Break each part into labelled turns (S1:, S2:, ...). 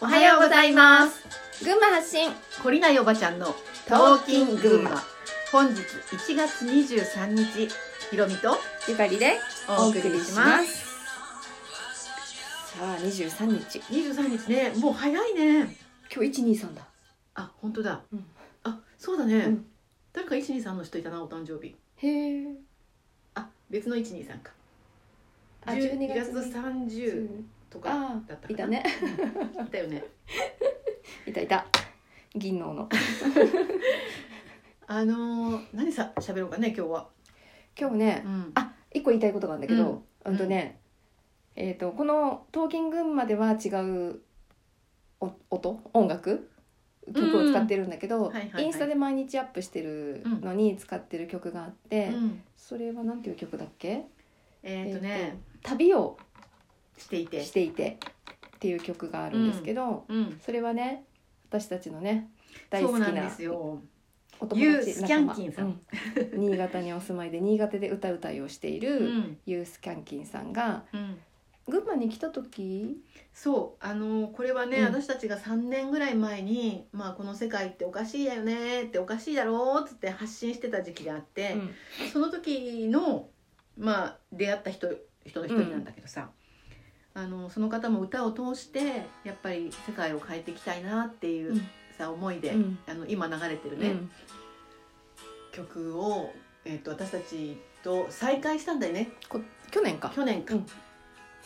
S1: おはようございます。
S2: 群馬発信。
S1: 懲りないおばちゃんの「トーキングマ」本日1月23日ひろみと
S2: ゆかりで。
S1: お送りします
S2: さあ、二十三日。
S1: 23日ねもう早いね
S2: 今日一二三だ。
S1: あ本当だ、
S2: うん
S1: あそうだね、
S2: うん
S1: 誰か123の人いたなお誕生日
S2: へえ。
S1: あ別の123か
S2: あ
S1: 10
S2: 12月
S1: の30とか
S2: あ
S1: だったか
S2: あ、
S1: ない
S2: たね。
S1: いたよね
S2: いたいた。銀のの。
S1: あのー、何さ喋ろうかね今日は、
S2: 今日ね
S1: う、ん
S2: あ一個言いたいことがあるんだけど、
S1: ん
S2: うんとね、えっとこのトーキング群馬では違うお音音楽曲を使ってるんだけ
S1: うん
S2: ど、
S1: はいはいはい
S2: インスタで毎日アップしてるのに使ってる曲があって、
S1: うん
S2: それはなんていう曲だっけ？
S1: えっ、と
S2: えー
S1: ね
S2: と、旅を
S1: していて
S2: していてっていう曲があるんですけど、
S1: うん
S2: それはね私たちのね大
S1: そ
S2: 好
S1: う
S2: き
S1: なん
S2: な
S1: ですよ
S2: お
S1: ユースキャンキンさん
S2: うん新潟にお住まいで新潟で歌うたいをしていうる、
S1: ん
S2: ユースキャンキンさんが
S1: うん
S2: 群馬に来た時
S1: そうあのこれはね、
S2: うん
S1: 私たちが3年ぐらい前に、まあ、この世界っておかしいだよねっておかしいだろうっつって発信してた時期があって、その時の、まあ、出会った人人の一人なんだけどさ、あのその方も歌を通してやっぱり世界を変えていきたいなっていう、
S2: うん
S1: さ思いで、
S2: うん
S1: あの今流れてるね、
S2: ね
S1: 曲を、えっと私たちと再会したんだよね
S2: こ去年か
S1: 去年か、
S2: うん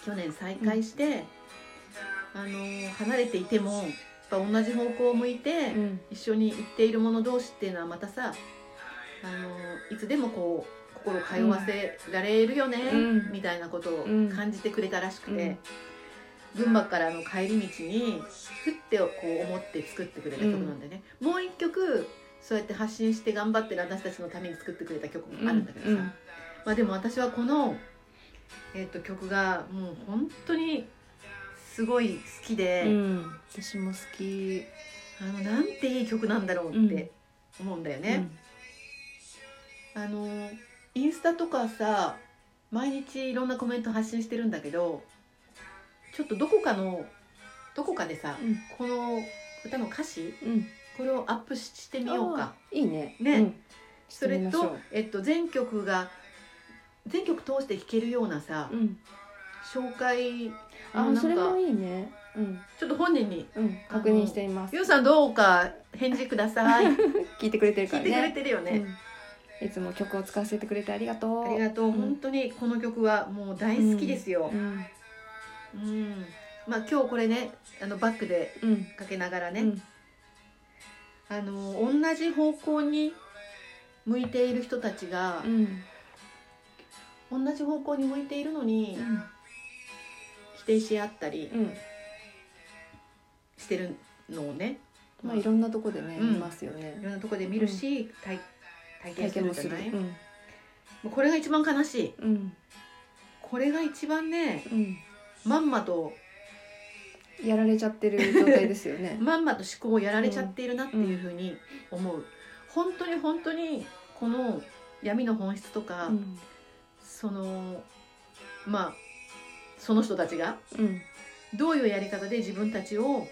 S1: 去年再会して、あのー離れていてもやっぱ同じ方向を向いて、
S2: うん
S1: 一緒に行っている者同士っていうのはまたさ、あのーいつでもこう心を通わせられるよね、
S2: うん
S1: みたいなことを
S2: うん
S1: 感じてくれたらしくて、群馬からの帰り道にふってこう思って作ってくれた曲なんでね、もう一曲そうやって発信して頑張ってる私たちのために作ってくれた曲もあるんだけどさ、
S2: うんうん
S1: まあ、でも私はこの、えっと曲がもう本当にすごい好きで、
S2: うん私も好き
S1: あのなんていい曲なんだろうって思うんだよね。あのインスタとかさ毎日いろんなコメント発信してるんだけどちょっとどこかのどこかでさ、
S2: うん
S1: この歌の歌詞
S2: うん
S1: これをアップしてみようか。
S2: いいね
S1: ね
S2: うん
S1: それ
S2: してみましょ
S1: と
S2: う、
S1: えっと、全曲が全曲通して聴けるようなさ、
S2: うん
S1: 紹介の
S2: あ
S1: なん
S2: それも
S1: か
S2: いいねうん
S1: ちょっと本人に
S2: うん確認してみま
S1: 「
S2: す
S1: ゆうさんどうか返事ください」
S2: 聞いてくれてるか
S1: 聞
S2: ら
S1: いてくれて
S2: ね
S1: るよね。
S2: うんいつも曲を使わせてくれてありがとう
S1: ありがとう、
S2: うん
S1: 本当にこの曲はもう大好きですよ。
S2: うん
S1: うん、まあ今日これねあのバックで
S2: うん
S1: かけながらね、
S2: うん
S1: あの同じ方向に向いている人たちが
S2: う、ん
S1: 同じ方向に向いているのに
S2: うん
S1: 否定し合ったり
S2: うん
S1: してるのをね、
S2: まあいろんなとこでね
S1: うん
S2: 見ますよ
S1: い
S2: ね
S1: ろんなとこで見るし、体体験
S2: 体
S1: す
S2: 験
S1: る
S2: も
S1: じ
S2: す
S1: ゃ
S2: る
S1: ない、
S2: うん
S1: もうこれが一番悲しい
S2: うん
S1: これが一番ね
S2: うん
S1: まんまと
S2: やられちゃってる状態ですよ ね
S1: まんまと思考をやられちゃっているなっていうふうに思う、本当に本当にこの闇の本質とか、
S2: うん
S1: そのまあその人たちが
S2: うん
S1: どういうやり方で自分たちを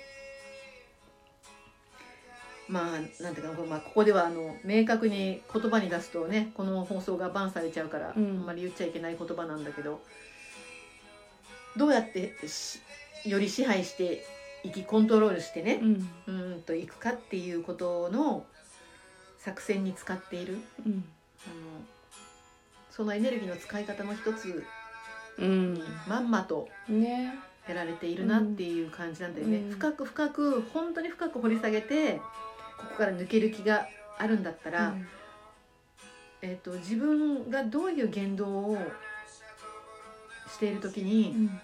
S1: まあなんていうかな、まあ、ここではあの明確に言葉に出すとねこの放送がバンされちゃうから、
S2: うん
S1: あんまり言っちゃいけない言葉なんだけどどうやってしより支配していきコントロールしてね
S2: うん
S1: うーんといくかっていうことの作戦に使っている
S2: うん
S1: あのそのエネルギーの使い方の一つ
S2: うん
S1: まんまと
S2: ね
S1: やられているなっていう感じなんだよね、
S2: うん
S1: 深く深く本当に深く掘り下げてここから抜ける気があるんだったら、えっと自分がどういう言動をしている時に、
S2: うん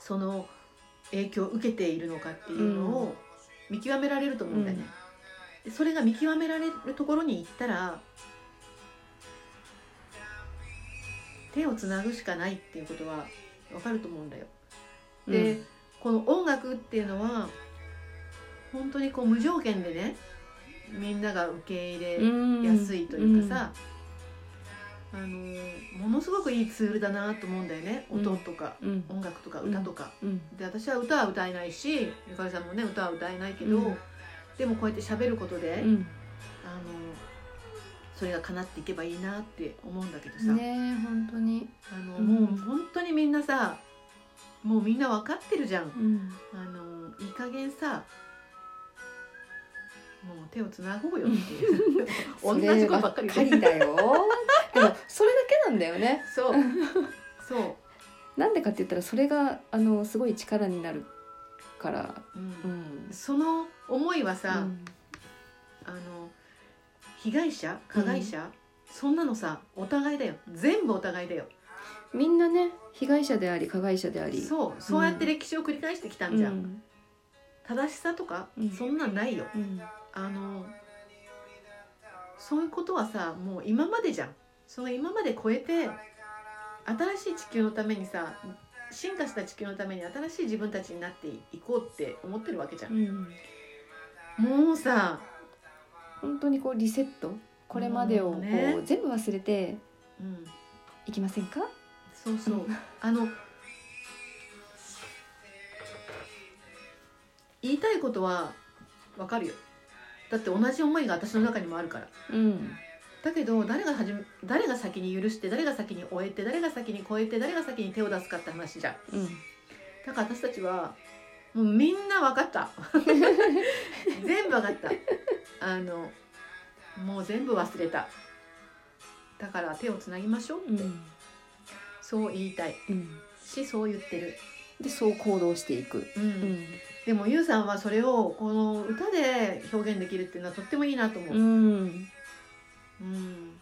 S1: その影響を受けているのかっていうのを見極められると思うんだよね、でそれが見極められるところに行ったら手をつなぐしかないっていうことはわかると思うんだよで、この音楽っていうのは本当にこう無条件でねみんなが受け入れ
S2: うん
S1: やすいというかさ、あのーものすごくいいツールだなと思うんだよね
S2: うん
S1: 音とか、
S2: うん
S1: 音楽とか歌とか、
S2: うん
S1: で私は歌は歌えないしゆかりさんもね歌は歌えないけど、
S2: うん
S1: でもこうやって喋ることで、
S2: うん
S1: あのそれが叶っていけばいいなって思うんだけどさ、
S2: ねえ本当に
S1: あの
S2: うん
S1: もう本当にみんなさもうみんな分かってるじゃん
S2: うん
S1: あのいい加減さもう手をつなごうよって いう 同じことばっかり
S2: そればっかりだよ でもそれだけなんだよね
S1: そうそ
S2: なんでかって言ったらそれがあのすごい力になるから
S1: う、うん
S2: うん
S1: その思いはさ、
S2: うん
S1: あの被害者加害者、そんなのさお互いだよ全部お互いだよ
S2: みんなね被害者であり加害者であり
S1: そうそうやって歴史を繰り返してきたんじゃん、
S2: うん
S1: 正しさとか、
S2: うん
S1: そんなんないよ
S2: うん
S1: あのそういうことはさもう今までじゃんその今まで超えて新しい地球のためにさ進化した地球のために新しい自分たちになっていこうって思ってるわけじゃん、
S2: うん
S1: もうさ、
S2: 本当にこうリセットこれまでをこ
S1: う
S2: うん
S1: ね
S2: 全部忘れて
S1: うん、
S2: いきませんか
S1: そうそうあの言いたいことはわかるよだって同じ思いが私の中にもあるから
S2: うん
S1: だけど誰がはじめ誰が先に許して誰が先に終えて誰が先に超えて誰が先に手を出すかって話じゃん
S2: うん
S1: だから私たちはもうみんな分かった 全部分かったあのもう全部忘れただから手をつなぎましょう
S2: う
S1: って、
S2: ん
S1: そう言いたい
S2: うん
S1: しそう言ってる、
S2: でそう行動していく
S1: うん
S2: うん
S1: でもゆうさんはそれをこの歌で表現できるっていうのはとってもいいなと思う、
S2: うん
S1: うん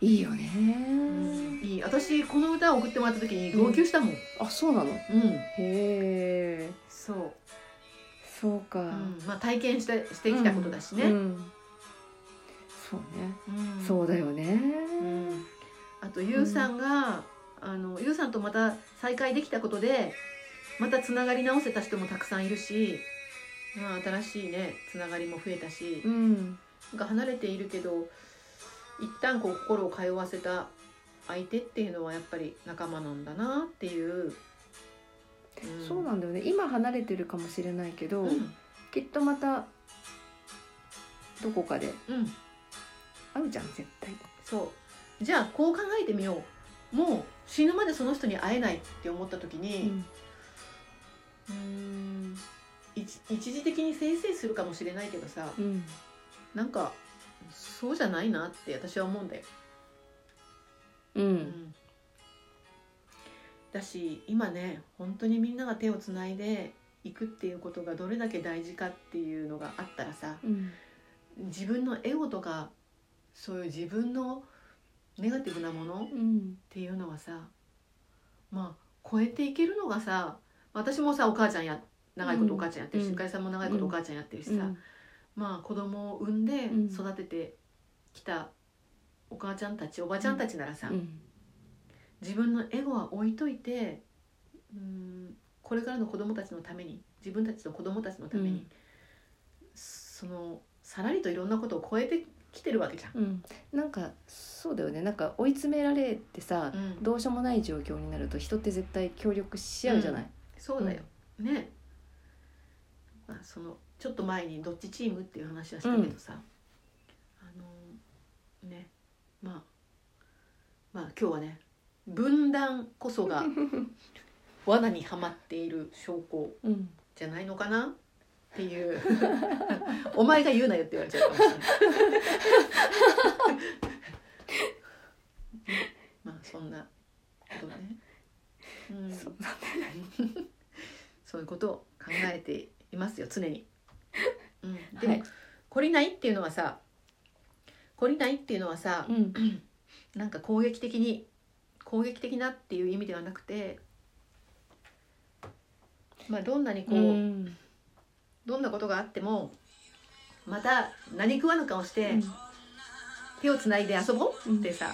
S2: いいよね
S1: うんいい私この歌を送ってもらった時に号泣したもん、
S2: あそうなのへ
S1: うん、
S2: え
S1: そう
S2: そうか
S1: うんまあ、体験してしてきたことだし
S2: う
S1: ね、
S2: んそうね
S1: うん
S2: そうだよね
S1: うんあとゆうさんが、あのゆうさんとまた再会できたことでまたつながり直せた人もたくさんいるし、まあ、新しいねつながりも増えたし
S2: うん
S1: なんか離れているけど一旦こう心を通わせた相手っていうのはやっぱり仲間なんだなっていう、ん
S2: そうなんだよね今離れてるかもしれないけど
S1: うん
S2: きっとまたどこかで
S1: うん
S2: 会うじゃん絶対
S1: そうじゃあこう考えてみようもう死ぬまでその人に会えないって思った時に、うーん一一時的に先生するかもしれないけどさ
S2: うん
S1: なんかそうじゃないなって私は思うんだよ、
S2: う
S1: うんん、だし今ね本当にみんなが手をつないでいくっていうことがどれだけ大事かっていうのがあったらさ
S2: うん
S1: 自分のエゴとかそういう自分のネガティブなもの
S2: うん
S1: っていうのはさまあ超えていけるのがさ私もさお母ちゃんや長いことお母ちゃんやってるし、
S2: うん
S1: ゆかりさんも長いことお母ちゃんやってるしさ、
S2: うん
S1: まあ子供を産んで
S2: うん
S1: 育ててきたお母ちゃんたちおばちゃんたちならさ、
S2: うん
S1: 自分のエゴは置いといてうーんこれからの子供たちのために自分たちの子供たちのために、
S2: うん
S1: そのさらりといろんなことを超えてきてるわけじゃん。
S2: うんなんかそうだよねなんか追い詰められてさ
S1: うん
S2: どうしようもない状況になると人って絶対協力し合うじゃない
S1: そうだよ、ね、まあ、そのちょっと前にどっちチームっていう話はしたけどさ、あのねまあまあ今日はね分断こそ が罠にはまっている証拠
S2: うん
S1: じゃないのかなっていうお前が言うなよって言われちゃうかもしれない まあそんなことね、うん、
S2: そう
S1: そういうことを考えていますよ常に。うん、でも、
S2: はい
S1: 懲りないっていうのはさ懲りないっていうのはさ
S2: うん
S1: なんか攻撃的に攻撃的なっていう意味ではなくて、まあ、どんなにこう、
S2: うん
S1: どんなことがあってもまた何食わぬ顔して手をつないで遊ぼう
S2: うん
S1: ってさ、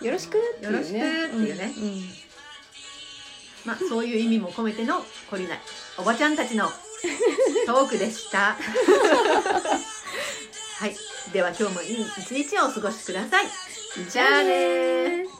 S2: よろしくっていうね
S1: よろしくっていうね
S2: んん
S1: まあ、そういう意味も込めての懲りない おばちゃんたちのトークでした。はいでは今日もいい一日をお過ごしくださいじ
S2: じ
S1: ゃ
S2: ゃ
S1: あ
S2: あ
S1: ね
S2: ね
S1: ー
S2: ー